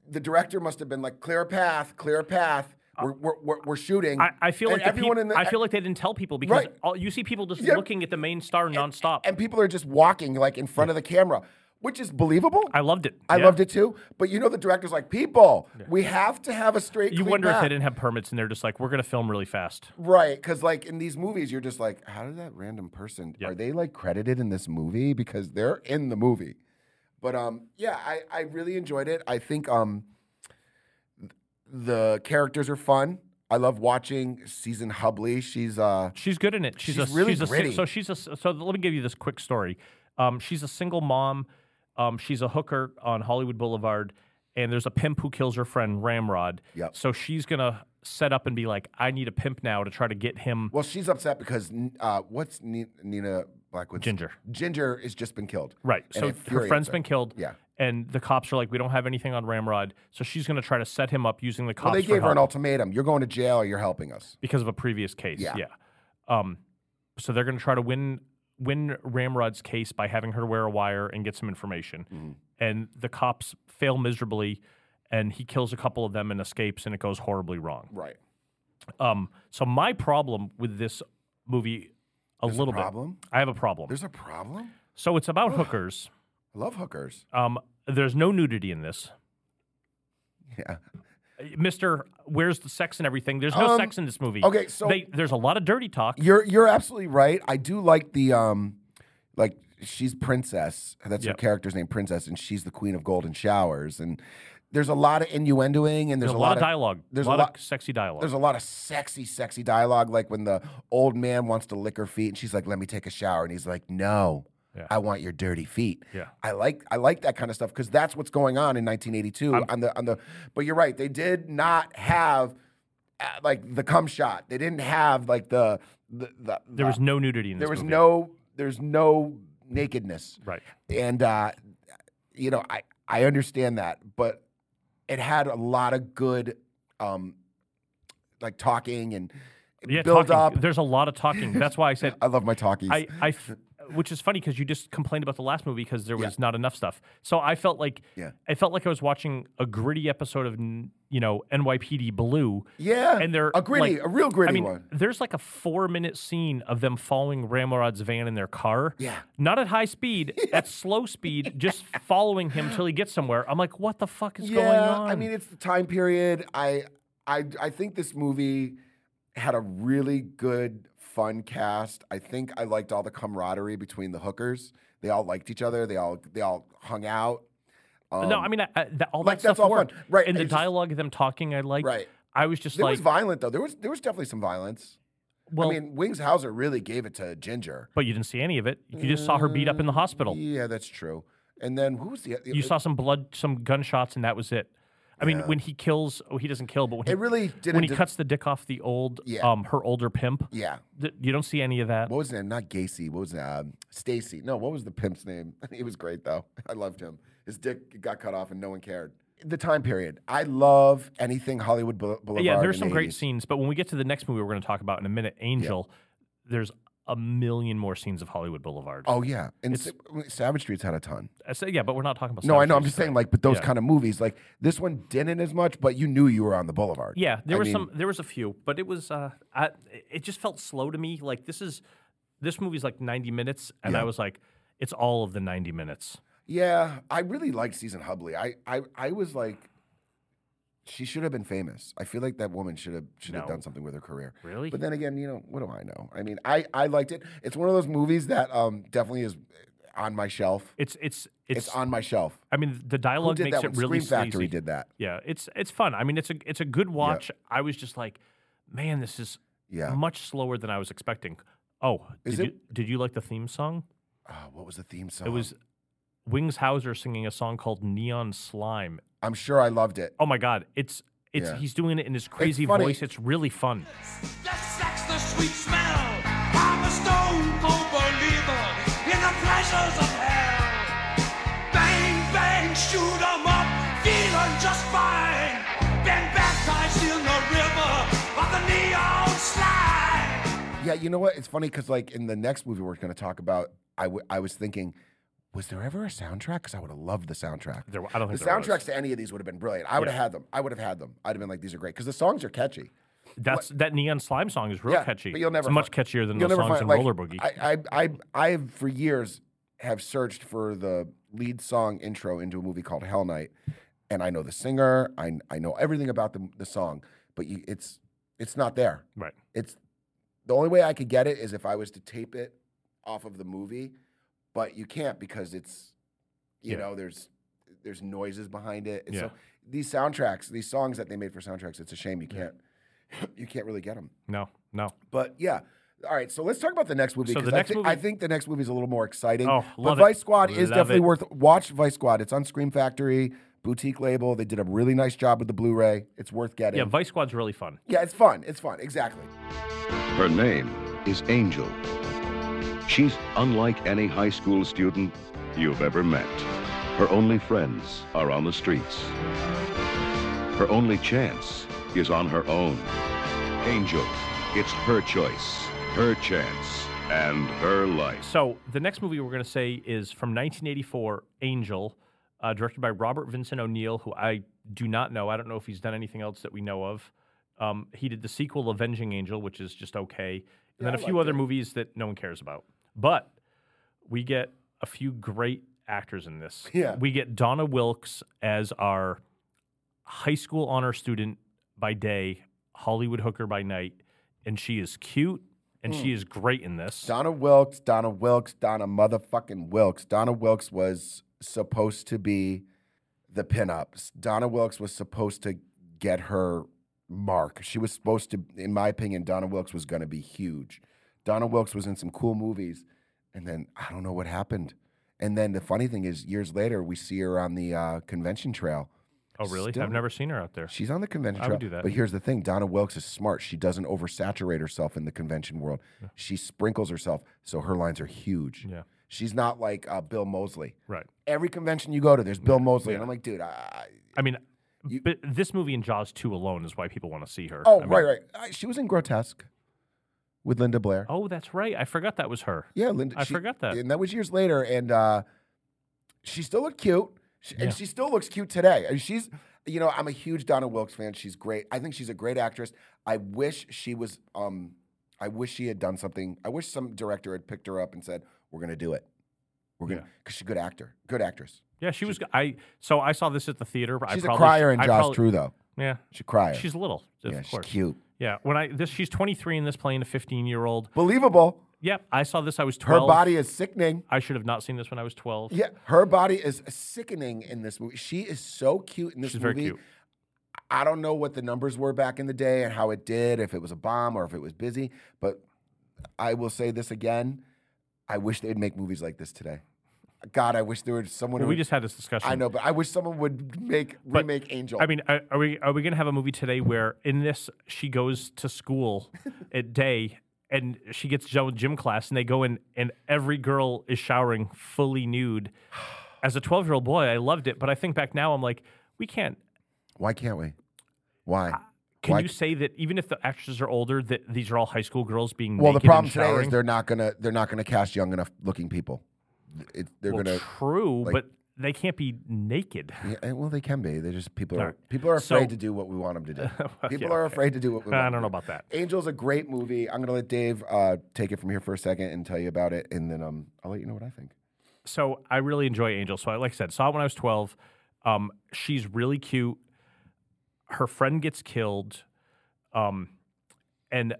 The director must have been like, clear a path, clear a path. We're, we're, we're, we're shooting.
Uh, I, I feel
And
like the
everyone
peop-
in the,
I feel like they didn't tell people because
Right.
all, you see people just
Yeah.
looking at the main star nonstop.
and people are just walking like in front of the camera, which is believable.
I loved it.
I
Yeah.
loved it too. But you know, the director's like, people, we have to have a straight.
You
clean
wonder if
map."
they didn't have permits and they're just like, we're gonna film really fast.
Right, because like in these movies, you're just like, how did that random person? Are they like credited in this movie because they're in the movie? But um, yeah, I I really enjoyed it. I think um, th- the characters are fun. I love watching Season Hubley. She's uh,
She's good in it. She's,
She's
a,
really
she's a si-
gritty.
so she's a s- so let me give you this quick story. Um, she's a single mom. Um, she's a hooker on Hollywood Boulevard, and there's a pimp who kills her friend Ramrod.
Yep.
So she's gonna set up and be like, I need a pimp now to try to get him.
well, she's upset because uh, what's Ni- Nina Blackwood?
Ginger.
Ginger has just been killed.
Right.
And
So
it
her
infuriates
friend's been killed.
Yeah.
And the cops are like, we don't have anything on Ramrod. So she's gonna try to set him up using the cops.
Well, they
for
gave her an
help.
ultimatum: you're going to jail or you're helping us.
because of a previous case.
Yeah.
Yeah. Um, so they're going to try to win win Ramrod's case by having her wear a wire and get some information.
Mm-hmm.
And the cops fail miserably, and he kills a couple of them and escapes, and it goes horribly wrong.
Right.
Um, so my problem with this movie, a
There's a
little
problem?
bit, I have a problem.
There's a problem.
so it's about hookers.
I love hookers.
Um, there's no nudity in this.
Yeah.
Mister, where's the sex and everything? There's no
Um,
sex in this movie.
okay, so-
they, there's a lot of dirty talk.
You're you're absolutely right. I do like the um, like she's princess. That's
Yep.
her character's name, princess, and she's the queen of golden showers. And there's a lot of innuendoing, and there's,
There's a lot of dialogue.
There's
a lot, of sexy dialogue.
There's a lot of sexy, sexy dialogue, like when the old man wants to lick her feet, and she's like, "Let me take a shower," and he's like, "No,
Yeah.
I want your dirty feet."
Yeah.
I like I like that kind of stuff because that's what's going on in 1982 on the on the. But you're right, they did not have uh, like the cum shot. They didn't have like the the, the
There was no nudity in this
there was
movie.
no there's no nakedness
right.
and uh, you know I I understand that, but it had a lot of good um, like talking and
Yeah,
build
talking.
up.
There's a lot of talking. That's why I
[LAUGHS]
said
I love my talkies.
I, I f- which is funny because you just complained about the last movie because there was
Yeah.
not enough stuff. So I felt like
Yeah.
I felt like I was watching a gritty episode of n- you know NYPD Blue.
yeah,
And they're
a gritty,
like-
a real gritty
I mean,
one.
there's like a four minute scene of them following Ramrod's van in their car.
Yeah.
Not at high speed,
[LAUGHS]
at slow speed, just following him till he gets somewhere. I'm like, what the fuck is
yeah,
going on?
I mean it's the time period. I I I think this movie had a really good fun cast. I think I liked all the camaraderie between the hookers. They all liked each other. They all they all hung out.
no, I mean, I, I, that, all
Um, like,
that
that's
stuff
all fun.
worked.
Right,
And the
it's just-
dialogue of them talking, I liked.
Right.
I was just
There
like,
was violent though. There was there was definitely some violence.
well,
I mean, Wings Hauser really gave it to Ginger.
but you didn't see any of it. You just saw her beat up in the hospital.
Mm, Yeah, that's true. And then who's the?
You saw some blood, some gunshots, and that was it. I mean, when he kills, oh, he doesn't kill, but when he,
It really didn't.
when he
de-
cuts the dick off the old,
Yeah.
um, her older pimp,
Yeah.
th- you don't see any of that.
What was his name? Not Gacy. What was it? Um, Stacy? No. What was the pimp's name? [LAUGHS] He was great though. I loved him. His dick got cut off and no one cared. The time period. I love anything Hollywood Boule- Boulevard.
yeah, there's
in
some
the
great
80s.
scenes, but when we get to the next movie we're going to talk about in a minute, Angel, there's a million more scenes of Hollywood Boulevard.
Oh yeah, and Sa- Savage Streets had a ton.
I say, yeah, but we're not talking about.
No, I
Savage
know. I'm
Grace
just saying,
tonight.
like, but those
Yeah.
kind of movies, like this one, didn't as much, but you knew you were on the Boulevard.
Yeah, there
I
was
mean,
some. There was a few, but it was. Uh, I, it just felt slow to me. Like this is, this movie's like ninety minutes, and I was like, it's all of the ninety minutes.
Yeah, I really liked Season Hubley. I, I, I was like, she should have been famous. I feel like that woman should have should
No.
have done something with her career.
Really?
But then again, you know, what do I know? I mean, I, I liked it. It's one of those movies that um definitely is on my shelf.
It's it's
It's,
it's.
on my shelf.
I mean, the
Who
dialogue
did
makes
that?
it
One?
really
Scream Factory
sleazy.
did that.
Yeah, it's it's fun. I mean, it's a it's a good watch. I was just like, man, this is
Yeah.
much slower than I was expecting. Oh,
Is
did
it-
you did you like the theme song?
Ah, what was the theme song?
It was Wings Hauser singing a song called Neon Slime.
I'm sure I loved it.
Oh my god, it's it's
Yeah.
he's doing it in his crazy
funny.
voice. It's really fun.
Let's sex the sweet smell. I'm a stone cold believer in the pleasures of hell. Bang, bang, shoot 'em up, feeling just fine. Been baptized in the river of the neon slime.
Yeah, you know what? It's funny because like in the next movie we're going to talk about, I, w- I was thinking, Was there ever a soundtrack? Because I would have loved the soundtrack.
There, I don't
the
think there was.
soundtracks to any of these would have been brilliant. I would have had them. I would have had them. I'd have been like, these are great because the songs are catchy.
That's that neon slime song is real
Yeah,
catchy.
but you'll never
it's much
find-
catchier than
You'll
the
never
songs
find
in
like,
Roller Boogie.
I, I, I, I have for years have searched for the lead song intro into a movie called Hell Night, and I know the singer. I, I know everything about the the song, but you, it's it's not there.
right.
It's the only way I could get it is if I was to tape it off of the movie, but you can't because it's you
Yeah.
know there's there's noises behind it. And
Yeah.
So these soundtracks, these songs that they made for soundtracks, it's a shame you can't you can't [LAUGHS] really get them.
No. No.
But yeah. All right, so let's talk about the next movie
So the
because I,
next
thi-
movie-
I think the next movie is a little more exciting.
Oh,
but
love it.
Vice Squad is
Love
definitely
it.
worth watch. Vice Squad, it's on Scream Factory boutique label. They did a really nice job with the Blu-ray. It's worth getting.
Yeah, Vice Squad's really fun.
yeah, it's fun. It's fun. Exactly.
Her name is Angel. She's unlike any high school student you've ever met. Her only friends are on the streets. Her only chance is on her own. Angel, it's her choice, her chance, and her life.
So the next movie we're going to say is from 1984, Angel, uh, directed by Robert Vincent O'Neill, who I do not know. I don't know if he's done anything else that we know of. Um, he did the sequel, Avenging Angel, which is just okay, and then a few other movies that no one cares about. But we get a few great actors in this.
Yeah.
we get Donna Wilkes as our high school honor student by day, Hollywood hooker by night, and she is cute and she is great in this.
Donna Wilkes, Donna Wilkes, Donna motherfucking Wilkes. Donna Wilkes was supposed to be the pinups. Donna Wilkes was supposed to get her mark. She was supposed to, in my opinion, Donna Wilkes was going to be huge. Donna Wilkes was in some cool movies, and then I don't know what happened. And then the funny thing is, years later, we see her on the uh, convention trail.
Oh, really?
Still-
I've never seen her out there.
She's on the convention
I
trail.
would do that.
But here's the thing Donna Wilkes is smart. She doesn't oversaturate herself in the convention world. She sprinkles herself, so her lines are huge.
Yeah.
She's not like uh, Bill Mosley.
Right.
Every convention you go to, there's Bill Mosley. And I'm like, dude, I,
I mean,
You-
but this movie and Jaws 2 alone is why people want to see her.
oh,
I mean-
right, right. Uh, she was in Grotesque with Linda Blair.
Oh, that's right. I forgot that was her.
Yeah, Linda.
I forgot that.
And that was years later. And uh, she still looked cute. She,
Yeah.
And she still looks cute today. I mean, she's, you know, I'm a huge Donna Wilkes fan. She's great. I think she's a great actress. I wish she was, um, I wish she had done something. I wish some director had picked her up and said, we're going to do it. We're going to,
Yeah.
because she's a good actor, good actress.
Yeah, she was. I so I saw this at the theater. I
She's a
probably,
crier in
I
Jaws
probably-
True, though.
Yeah,
She's a crier.
she's little. Of
yeah, she's
course.
cute.
Yeah, when I this she's 23 in this playing a 15 year old.
Believable.
Yep, I saw this. I was
Her
12.
body is sickening.
I should have not seen this when I was 12.
Yeah, her body is sickening in this movie. She is so cute in this
She's very
movie.
cute.
I don't know what the numbers were back in the day and how it did, if it was a bomb or if it was busy, but I will say this again. I wish they'd make movies like this today. God, I wish there was someone
Well,
who
we just had this discussion.
I know, but I wish someone would make remake Angel.
I mean, are, are we are we gonna have a movie today where in this she goes to
[LAUGHS]
school at day and she gets jo- gym class and they go in and every girl is showering fully
[SIGHS]
nude. As a twelve year old boy, I loved it, but I think back now, I'm like, we can't.
why can't we? Why?
Can
Why-
you say that even if the actresses are older, that these are all high school girls being
well, the
naked
problem
and
today
showering?
is they're not gonna they're not gonna cast young enough looking people. It, they're
Well,
gonna
true,
like-
but they can't be naked. [LAUGHS]
Yeah, eh, well, they can be. They just people
All
are
right.
people are
So-
afraid to do what we want them to do.
[LAUGHS] Well,
people
yeah,
are
okay.
afraid to do what we want.
I
'em
don't know
to
about that.
do. Angel's a great movie. I'm gonna let Dave uh, take it from here for a second and tell you about it, and then um, I'll let you know what I think.
so I really enjoy Angel. So I, like I said, saw it when I was 12. Um, she's really cute. Her friend gets killed. Um, and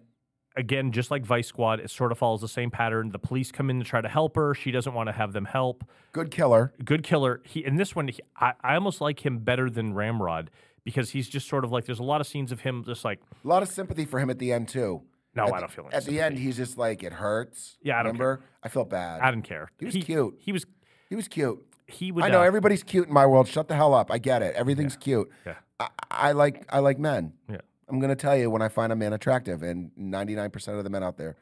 again, just like Vice Squad, it sort of follows the same pattern. The police come in to try to help her. She doesn't want to have them help.
Good killer.
Good killer. He in this one, he, I, I almost like him better than Ramrod because he's just sort of like there's a lot of scenes of him just like
A lot of sympathy for him at the end too.
No,
At
I
the-
don't feel any
At the end, he's just like it hurts.
Yeah, I don't care.
remember. I felt bad.
I didn't care.
He was cute.
He was
he was cute.
he would.
I know
uh,
everybody's cute in my world. Shut the hell up. I get it. Everything's cute.
Yeah.
I, I like I like men.
Yeah.
I'm gonna tell you when I find a man attractive, and 99% of the men out there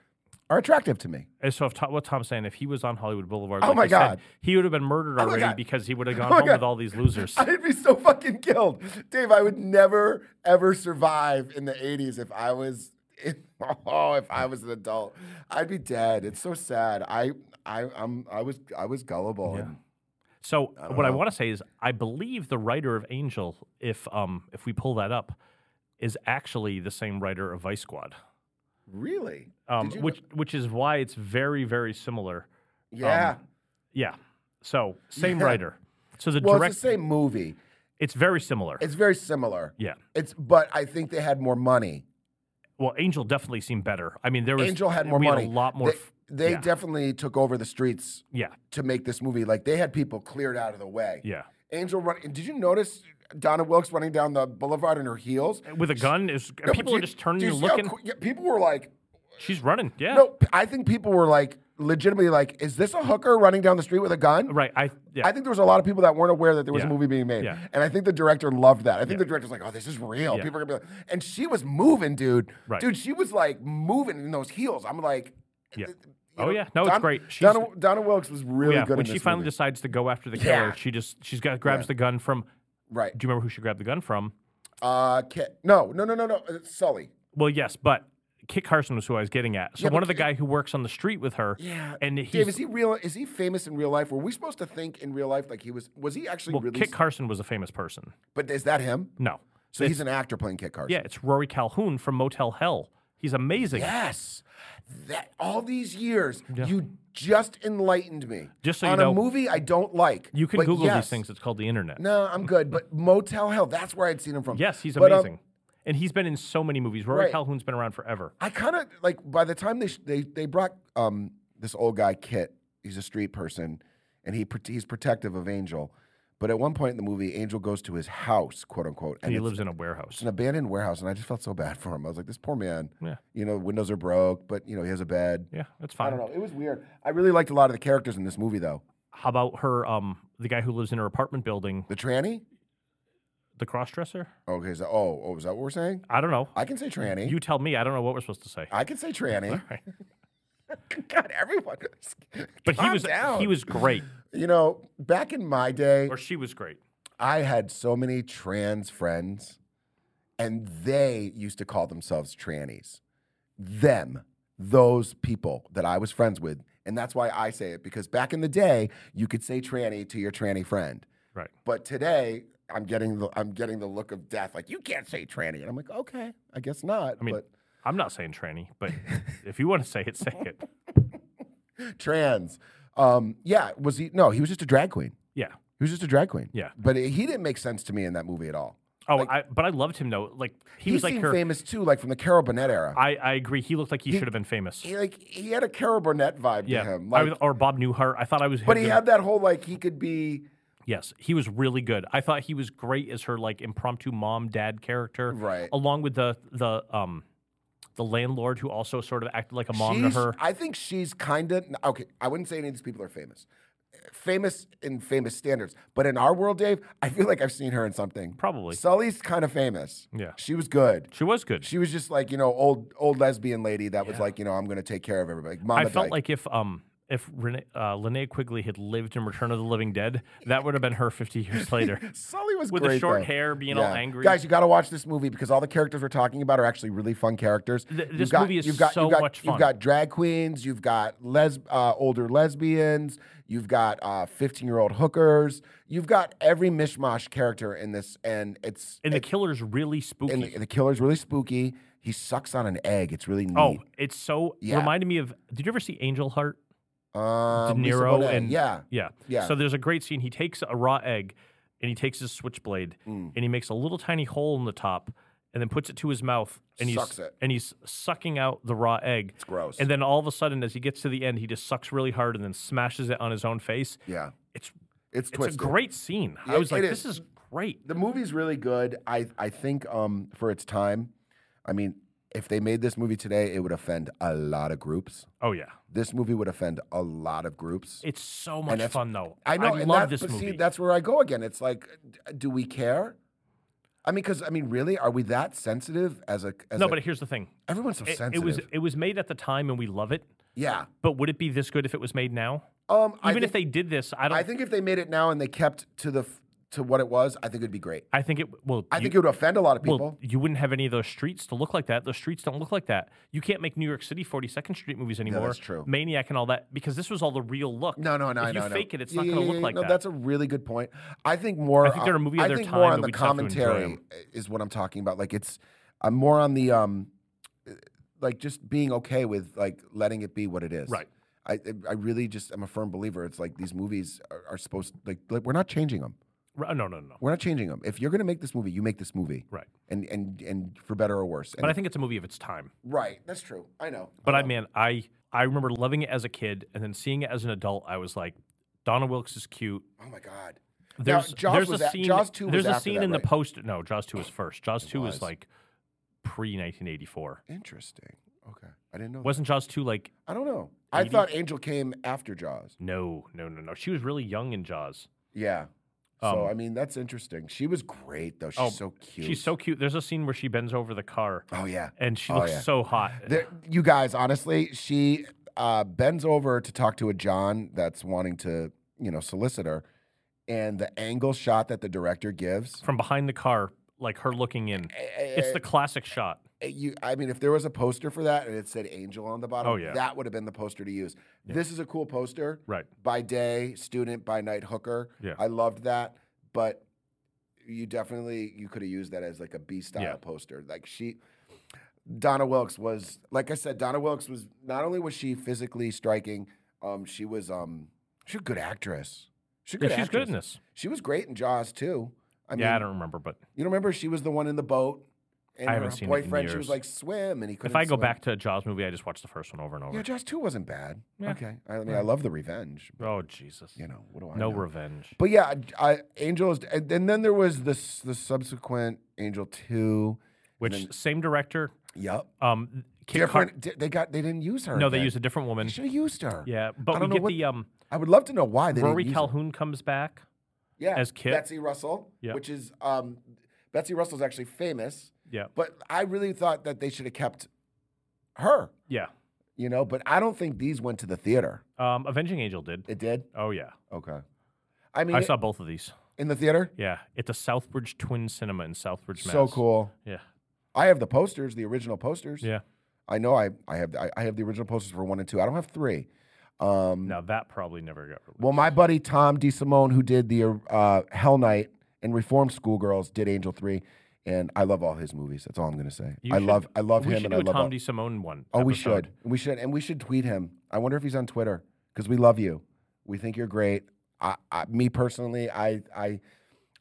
are attractive to me.
And so if Tom, what Tom's saying, if he was on Hollywood Boulevard,
Oh
like
my
I said,
God. Oh
he would have been murdered
my
already
God.
because he would have gone
my
home with
God.
all these
[LAUGHS]
losers.
[LAUGHS] I'd be so fucking killed. Dave, I would never ever survive in the 80s if I was [LAUGHS] oh, if I was an adult. I'd be dead. It's so sad. I I I'm I was I was gullible.
Yeah.
And
So what
Uh-huh.
I want to say is, I believe the writer of Angel, if um if we pull that up, is actually the same writer of Vice Squad,
Really?
um,
Did you
which um, which is why it's very very similar.
know- yeah.
Yeah. So same
Yeah.
writer. So the
well,
direct,
it's the same movie.
it's very similar.
It's very similar.
yeah.
It's but I think they had more money.
Well, Angel definitely seemed better. I mean, there was
Angel had more
we
money.
Had a lot more.
They,
f-
they
yeah.
definitely took over the streets
yeah.
to make this movie. Like they had people cleared out of the way.
Yeah.
Angel run. Did you notice Donna Wilkes running down the boulevard in her heels?
With a gun, is people
Do
are
you-
just turning
do you
and
see how
looking.
quick- oh, yeah, people were like,
She's running. Yeah.
no. p- I think people were like, legitimately like, is this a hooker running down the street with a gun?
Right. I. Yeah.
I think there was a lot of people that weren't aware that there was
Yeah.
a movie being made,
Yeah.
and I think the director loved that. I think
Yeah.
the director's like, "Oh, this is real."
Yeah.
People are gonna be like, and she was moving, dude.
Right.
Dude, she was like moving in those heels. I'm like,
Yeah.
you
Oh, yeah. No, it's great. She's-
Donna, Donna Wilkes was really
yeah.
good.
When
in
she
this
finally
movie.
decides to go after the killer,
Yeah.
she just she's got grabs the gun from.
right.
Do you remember who she grabbed the gun from?
Uh, Kit. No, no, no, no, no. uh, Sully.
Well, yes, but Kit Carson was who I was getting at. So
Yeah,
one
but
of the guy who works on the street with her.
Yeah.
And he's,
Dave, is he real? Is he famous in real life? Were we supposed to think in real life like he was? Was he actually
well,
really?
Kit Carson was a famous person.
but is that him?
No.
So he's an actor playing Kit Carson.
Yeah, it's Rory Calhoun from Motel Hell. He's amazing.
Yes. That all these years, you just enlightened me.
Just so you
on
know-
a movie I don't like.
You can
but
Google
yes.
these things. It's called the internet.
No, I'm good. But Motel Hell, that's where I'd seen him from.
Yes, he's
But, um,
amazing. and he's been in so many movies. Rory
Right.
Calhoun's been around forever.
I kind of like by the time they sh- they they brought um this old guy Kit. He's a street person, and he prote- he's protective of Angel. But at one point in the movie, Angel goes to his house, quote unquote, and
he
it's-
lives in a
it's
warehouse.
an abandoned warehouse, and I just felt so bad for him. I was like, this poor man.
Yeah.
You know, windows are broke, but you know he has a bed.
Yeah, that's
I
fine.
don't know. It was weird. I really liked a lot of the characters in this movie, though.
How about her um the guy who lives in her apartment building,
The tranny?
the crossdresser?
Okay, so oh, oh, is that what we're saying?
I don't know.
I can say tranny.
You tell me. I don't know what we're supposed to say. [LAUGHS]
I can say tranny.
right.
[LAUGHS] God, everyone.
But he
calm
was
down.
he was great
[LAUGHS] You know, back in my day,
or she was great.
I had so many trans friends, and they used to call themselves trannies. Them, those people that I was friends with. And that's why I say it, because back in the day, you could say tranny to your tranny friend.
Right.
But today, I'm getting the I'm getting the look of death. Like you can't say tranny, and I'm like, okay, I guess not.
I mean, I'm not saying tranny,
[LAUGHS]
but if you want to say it, say it.
but trans, um, yeah, was he? No, he was just a drag queen.
Yeah.
He was just a drag queen.
Yeah.
but he didn't make sense to me in that movie at all.
Oh, I, but I loved him though. Like he,
He,
was like
seemed
her.
famous too, like from the Carol Burnett era.
I, I agree. He looked like he, should have been famous.
he like he had a Carol Burnett vibe
yeah.
to him,
I
like,
was- or Bob Newhart. I thought I was.
but he
him.
had that whole like he could be
Yes, he was really good. I thought he was great as her like impromptu mom dad character,
Right.
Along with the the um the landlord who also sort of acted like a mom to
she's-
her.
I think she's kind of okay. I wouldn't say any of these people are famous, famous in famous standards. But in our world, Dave, I feel like I've seen her in something.
Probably.
Sully's kind of famous.
Yeah.
she was good.
She was good.
She was just like you know old old lesbian lady that was like you know I'm gonna take care of everybody. Mama
I felt
Dyke.
like if um if Renee, uh, Linnea Quigley had lived in Return of the Living Dead, that would have been her 50
[LAUGHS]
years later.
Sully was
with
great,
the short
though.
hair, being all
Yeah.
angry.
Guys, you got to watch this movie because all the characters we're talking about are actually really fun characters.
Th-
You've
this movie is
you've got,
so
you've got,
much fun.
You've got drag queens, you've got les- uh, older lesbians, you've got uh, fifteen-year-old hookers, you've got every mishmash character in this, and it's
and the
it-
killer's really spooky.
and the, the killer's really spooky. He sucks on an egg. It's really neat.
oh, it's so
Yeah.
reminded me of. Did you ever see Angel Heart?
um,
De
Lisa
Niro
Bonet,
and
yeah,
yeah,
Yeah.
So there's a great scene. He takes a raw egg, and he takes his switchblade,
Mm.
and he makes a little tiny hole in the top, and then puts it to his mouth, and he's
Sucks it.
and he's sucking out the raw egg. It's
gross.
And then all of a sudden, as he gets to the end, he just sucks really hard, and then smashes it on his own face.
yeah.
It's
It's
it's
twisted.
a great scene. I
Yeah,
was like,
it
this
is.
is great.
the movie's really good. I I think um for its time, I mean, if they made this movie today, it would offend a lot of groups.
Oh yeah,
This movie would offend a lot of groups.
it's so much
that's-
fun though.
I know. and
love
that-
this
but
movie.
See, that's where I go again. It's like, d- do we care? I mean, because I mean, really, are we that sensitive as a? As
no,
a-
but here's the thing.
everyone's so
It, it
sensitive.
was it was made at the time, and we love it.
yeah.
But would it be this good if it was made now?
Um, I
Even if
think-
they did this, I don't.
I think if they made it now and they kept to the f- to what it was, I think it'd be great.
I think it well.
I
you-
think it would offend a lot of people.
Well, you wouldn't have any of those streets to look like that. Those streets don't look like that. You can't make New York City 42nd Street movies anymore.
that's true.
Maniac and all that because this was all the real look.
no, no, no,
If
I
you
know, I know.
fake it, it's
Yeah,
not
yeah,
going to
yeah,
look
yeah.
like
no,
that.
That's a really good point. I think more.
I think they're a movie of
I
their
think
time,
more on
but
the
we just have to enjoy
commentary
'em.
is what I'm talking about. Like it's, I'm more on the um, like just being okay with like letting it be what it is.
Right.
I I really just I'm a firm believer. It's like these movies are, are supposed like, like we're not changing them.
Ri- No, no, no, no.
We're not changing them. If you're gonna make this movie, you make this movie.
Right.
And and and for better or worse.
But I think it's a movie of its time.
right. That's true. I know.
But
I
I
know.
man, I I remember loving it as a kid, and then seeing it as an adult, I was like, Donna Wilkes is cute.
Oh my god. Now,
There's
Jaws
there's
was
a
at-
scene.
Jaws 2 was
there's a
after
scene
that,
in
right?
the post. No, Jaws two was first. Jaws two was,
was.
like pre 1984.
Interesting. Okay. I didn't know. that.
Wasn't Jaws two like
I don't know. I
80?
thought Angel came after Jaws.
no no no no? She was really young in Jaws.
Yeah. so
Um,
I mean, that's interesting. She was great though. She's
oh,
so cute.
She's so cute. There's a scene where she bends over the car
Oh yeah.
and she
Oh,
looks
yeah.
so hot.
There, you guys, honestly, she uh, bends over to talk to a John that's wanting to, you know, solicit her, and the angle shot that the director gives.
From behind the car, like her looking in.
Eh,
It's the classic shot.
Uh, You, I mean, if there was a poster for that and it said Angel on the bottom,
Oh, yeah.
that would have been the poster to use. This is a cool poster.
Right.
By day, student, by night, hooker.
Yeah.
I loved that, but you definitely you could have used that as like a B style
Yeah.
poster. Like she Donna Wilkes was like I said, Donna Wilkes was not only was she physically striking, um, she was um she's a good actress. She's a
Yeah,
good
she's
actress.
good in this.
She was great in Jaws too. I mean,
yeah, I don't remember, but
you remember she was the one in the boat, and
I
her
haven't seen it in
boyfriend. She
years.
was like swim, and he couldn't.
if I go
swim.
back to a Jaws movie, I just watch the first one over and over.
yeah, Jaws Two wasn't bad.
Yeah.
Okay, I mean, I love the revenge. But,
oh Jesus!
you know, what do I
no
know?
revenge.
But yeah, I, I, Angels, and, and then there was this the subsequent Angel Two.
Which same director?
Yep,
Um, Kit Car-
different. di- they got they didn't use her.
no, they used a different woman.
Should have used her.
Yeah,
I
but we
don't know
get
what-
the um
I would love to know why they
Rory
didn't use her.
Calhoun comes back.
yeah,
as Kit.
Betsy Russell,
Yeah.
which is um, Betsy Russell's actually famous.
Yeah,
But I really thought that they should have kept her.
yeah.
you know. But I don't think these went to the theater.
Um, Avenging Angel did.
It did.
Oh yeah,
Okay. I mean,
I saw both of these.
in the theater.
Yeah, at the Southbridge Twin Cinema in Southbridge, Mass.
So cool.
Yeah,
I have the posters, the original posters.
yeah.
I know. I I have I, I have the original posters for one and two. I don't have three. Um,
Now that probably never got. released.
Well, my buddy Tom DeSimone, who did the uh, Hell Night and Reformed Schoolgirls, did Angel Three, and I love all his movies. That's all I'm gonna say.
You
I
should-
love I love
we
him
should
and
do
I
a
love.
Tom
all-
DeSimone one.
oh, we
episode.
should. We should and we should tweet him. I wonder if he's on Twitter because we love you. We think you're great. I, I me personally, I I.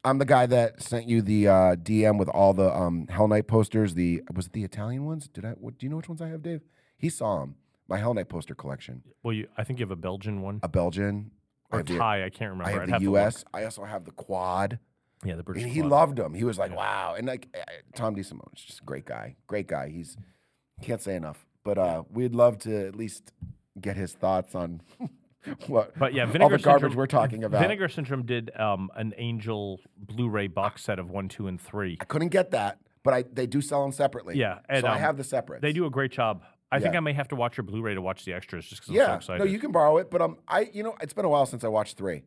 I'm the guy that sent you the uh, DM with all the um, Hell Night posters. The was it the Italian ones? Did I? What, do you know which ones I have, Dave? He saw them. My Hell Night poster collection.
Well, you, I think you have a Belgian one
A Belgian. I
or
have the-
Thai. I can't remember.
I
I'd
have the
to look.
U.S. I also have the Quad.
Yeah, the British.
And he
one.
loved him. He was like, "Wow!" And like uh, Tom DeSimone is just a great guy. Great guy. He's can't say enough. But uh, we'd love to at least get his thoughts on [LAUGHS] what.
But yeah,
all
Vinegar
the garbage
Syndrome-
we're talking about.
Vinegar Syndrome did um, an Angel Blu-ray box set of one, two, and three.
I couldn't get that, but I they do sell them separately.
Yeah, and,
so I
um,
have the separate.
They do a great job. I think
Yeah.
I may have to watch your Blu-ray to watch the extras just because I'm so
Yeah,
excited.
no, you can borrow it, but um, I you know it's been a while since I watched three.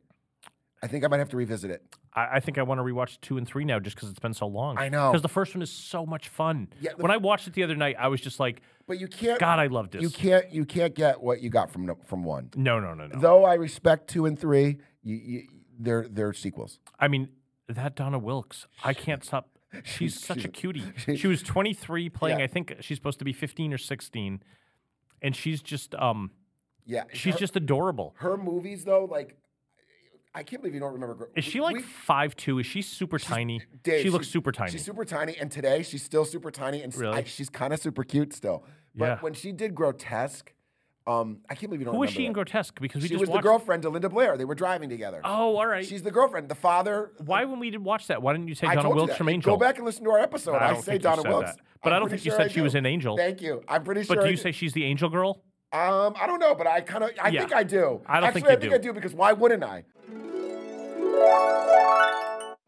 I think I might have to revisit it.
I, I think I want to rewatch two and three now just because it's been so long.
I know.
Because the first one is so much fun.
Yeah, the
when I watched it the other night, I was just like,
But you can't.
God, I loved this.
You can't. You can't get what you got from no- from one.
No, no, no, no.
Though I respect two and three, you, you, they're they're sequels.
I mean, that Donna Wilkes, I can't
[LAUGHS]
stop. She's such a cutie. She was 23 playing,
Yeah.
I think she's supposed to be 15 or 16. And she's just, um,
Yeah,
she's
her,
just adorable.
her movies though. Like, I can't believe you don't remember. gr-
Is she like
we-
five two? Is she super tiny?
Dave,
she looks
she's-
super tiny.
She's super tiny, and today she's still super tiny, and s-
Really?
I- she's kind of super cute still. But
Yeah.
when she did grotesque, um, I can't believe you don't.
Who is
remember
she in
that.
Grotesque? Because we
She
just
was the
watched.
girlfriend to Linda Blair. They were driving together.
Oh, all right.
She's the girlfriend. The father.
Why when we did watch that? Why didn't you say
I
Donna
told you
Wilkes
that.
from
You
Angel?
Go back and listen to our episode.
I
I,
don't
say
think you
Donna
said
Wilkes.
that. But
I'm
I don't
pretty
think you
sure
said
I
she was
do.
in Angel.
Thank you. I'm pretty sure.
But
I
do you say she's the angel girl?
Um, I don't know, but I kind of, I
Yeah.
think I do.
I don't
Actually,
think you
I think
do.
I do because why wouldn't I?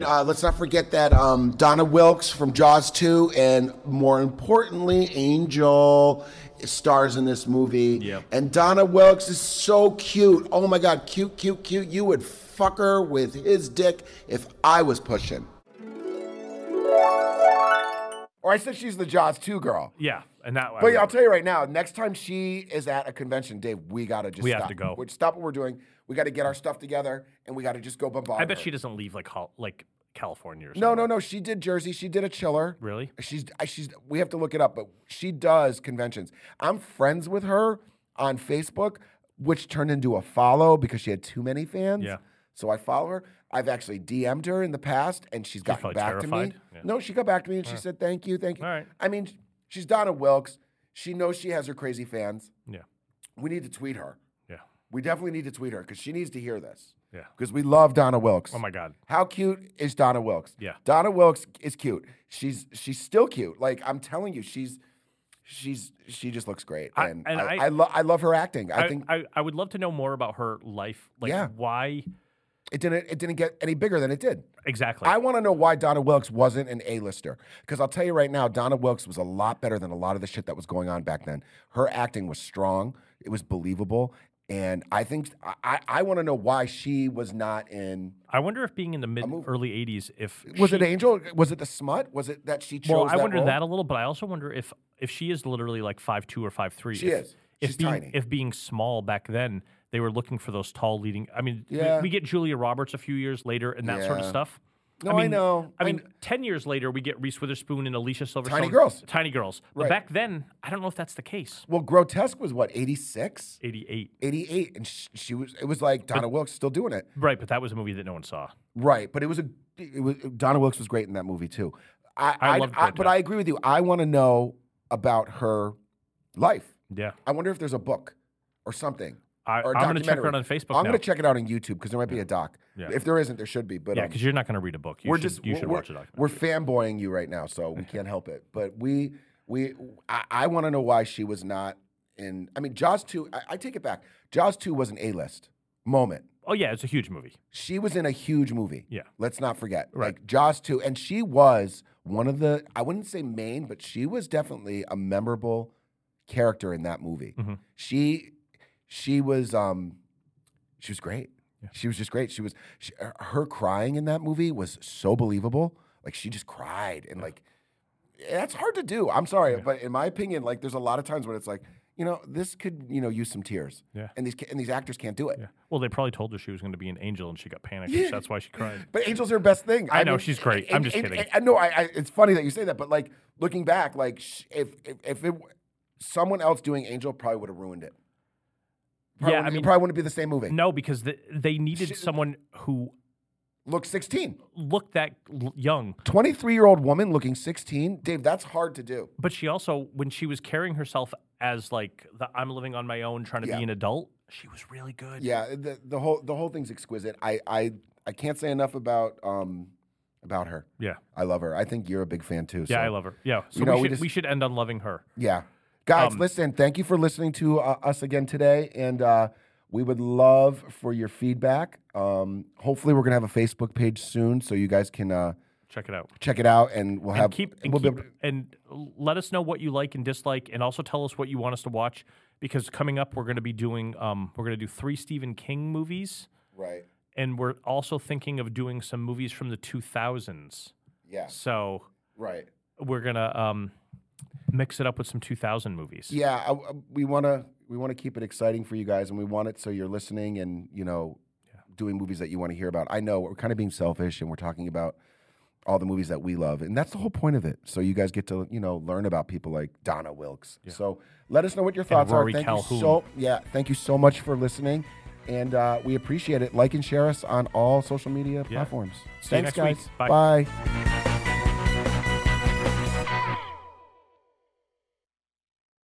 Uh, let's not forget that um, Donna Wilkes from Jaws 2 and more importantly, Angel stars in this movie.
Yep.
And Donna Wilkes is so cute. Oh my God, cute, cute, cute. You would fuck her with his dick if I was pushing.
Or I said she's the Jaws 2 girl.
Yeah, and that way.
But I'll tell you right now, next time she is at a convention, Dave, we gotta just
We have
stop.
to go.
We stop what we're doing. We gotta get our stuff together, and we gotta just go bombard.
I bet
her.
she doesn't leave like Hol- like California or something.
No, no, no. She did Jersey. She did a chiller.
Really?
She's I- she's. We have to look it up, but she does conventions. I'm friends with her on Facebook, which turned into a follow because she had too many fans.
Yeah.
So I follow her. I've actually DM'd her in the past, and she's gotten
probably
back to me.
terrified. Yeah.
No, she got back to me and she said, "Thank you, thank you."
All right.
I mean, she's Donna Wilkes. She knows she has her crazy fans.
Yeah,
We need to tweet her.
yeah,
We definitely need to tweet her because she needs to hear this.
yeah.
Because we love Donna Wilkes.
Oh my God.
How cute is Donna Wilkes?
Yeah.
Donna Wilkes is cute. She's she's still cute. Like I'm telling you, she's she's she just looks great.
I-
and
and
I, I,
I-
lo- I love her acting. I,
I,
think
I, I would love to know more about her life. Like
Yeah.
why
it didn't it didn't get any bigger than it did.
exactly?
I want to know why Donna Wilkes wasn't an A-lister. Because I'll tell you right now, Donna Wilkes was a lot better than a lot of the shit that was going on back then. Her acting was strong. It was believable. And I think I, I, I want to know why she was not in.
I wonder if being in the mid early '80s, if
Was
she-
it Angel? Was it the smut? Was it that she chose?
Well, I
that
wonder
role?
that a little, but I also wonder if if she is literally like five two or five three.
She
if,
is.
If
She's
being,
tiny.
If being small back then, they were looking for those tall leading. I mean, we-
Yeah.
we, get Julia Roberts a few years later and that sort of
Yeah.
stuff.
No, I
mean,
know.
I
I
mean,
kn-
ten years later, we get Reese Witherspoon and Alicia Silverstone.
Tiny girls.
Tiny girls. But
Right.
back then, I don't know if that's the case.
Well, Grotesque was what, 86?
Eighty eight.
88. And she, she was, it was like Donna Wilkes still doing it.
Right, but that was a movie that no one saw.
Right. But it was a, it was, Donna Wilkes was great in that movie too. I,
I
I,
loved
I- But
Grotesque.
I agree with you. I want to know about her life.
Yeah.
I wonder if there's a book or something.
I,
or a
I'm going to check it
documentary.
out on Facebook
I'm
now.
going to check it out on YouTube because there might be a doc.
Yeah.
If there isn't, there should be. But
yeah,
um,
because you're not going to read a book. You
we're
should,
just
you
we're-
should
we're,
watch a documentary.
we're fanboying you right now,
[LAUGHS]
so we can't help it. But we we I, I want to know why she was not in. I mean, Jaws two. I, I take it back. Jaws two was an A list moment.
Oh yeah, it's a huge movie.
She was in a huge movie.
Yeah.
let's not forget.
Right.
Like Jaws two, and she was one of the. I wouldn't say main, but she was definitely a memorable character in that movie.
Mhm.
She she was um she was great. She was just great. She was she, her- her crying in that movie was so believable. Like she just cried and like that's hard to do. I'm sorry, but in my opinion, like there's a lot of times when it's like you know this could you know use some tears.
Yeah.
And these ca- and these actors can't do it.
Yeah. Well, they probably told her she was going to be an angel, and she got panicked.
Yeah.
So that's why she cried.
But Angel's her best thing.
I know, she's great. I'm just kidding.
I know. I, I, it's funny that you say that, but like looking back, like sh- if if, if it, w- someone else doing Angel probably would have ruined it. Probably
Yeah, I
wouldn't-
mean-
it probably wouldn't be the same movie.
No, because th they needed
She-
someone who
Look, 16.
looked that l- young.
23 year old woman looking 16. Dave, that's hard to do.
But she also, when she was carrying herself as like the I'm living on my own, trying to
Yeah.
be an adult, she was really good.
Yeah, the, the whole the whole thing's exquisite. I I, I can't say enough about um about her.
yeah,
I love her. I think you're a big fan too.
yeah.
so-
I love her. Yeah. So
You know,
we,
we
should,
just-
we should end on loving her.
Yeah. Guys,
Um,
listen, thank you for listening to uh, us again today. And uh, we would love for your feedback. Um, hopefully, we're going to have a Facebook page soon so you guys can uh,
Check it out.
check it out and we'll have.
and keep, and,
we'll be
keep-
able to-
and let us know what you like and dislike, and also tell us what you want us to watch. Because coming up, we're going to be doing um, we're going to do three Stephen King movies,
right.
and we're also thinking of doing some movies from the 2000s.
Yeah.
So
Right.
we're gonna um, mix it up with some 2000 movies.
Yeah. I, I- we want to. We want to keep it exciting for you guys, and we want it so you're listening and you know doing movies that you want to hear about. I know we're kind of being selfish, and we're talking about all the movies that we love, and that's the whole point of it. So you guys get to you know learn about people like Donna Wilkes. So let us know what your thoughts
Rory
are. Thank
Calhoun.
you so yeah, thank you so much for listening, and uh, we appreciate it. Like and share us on all social media
Yeah.
platforms.
See you
Thanks,
next week.
guys.
Bye.
Bye.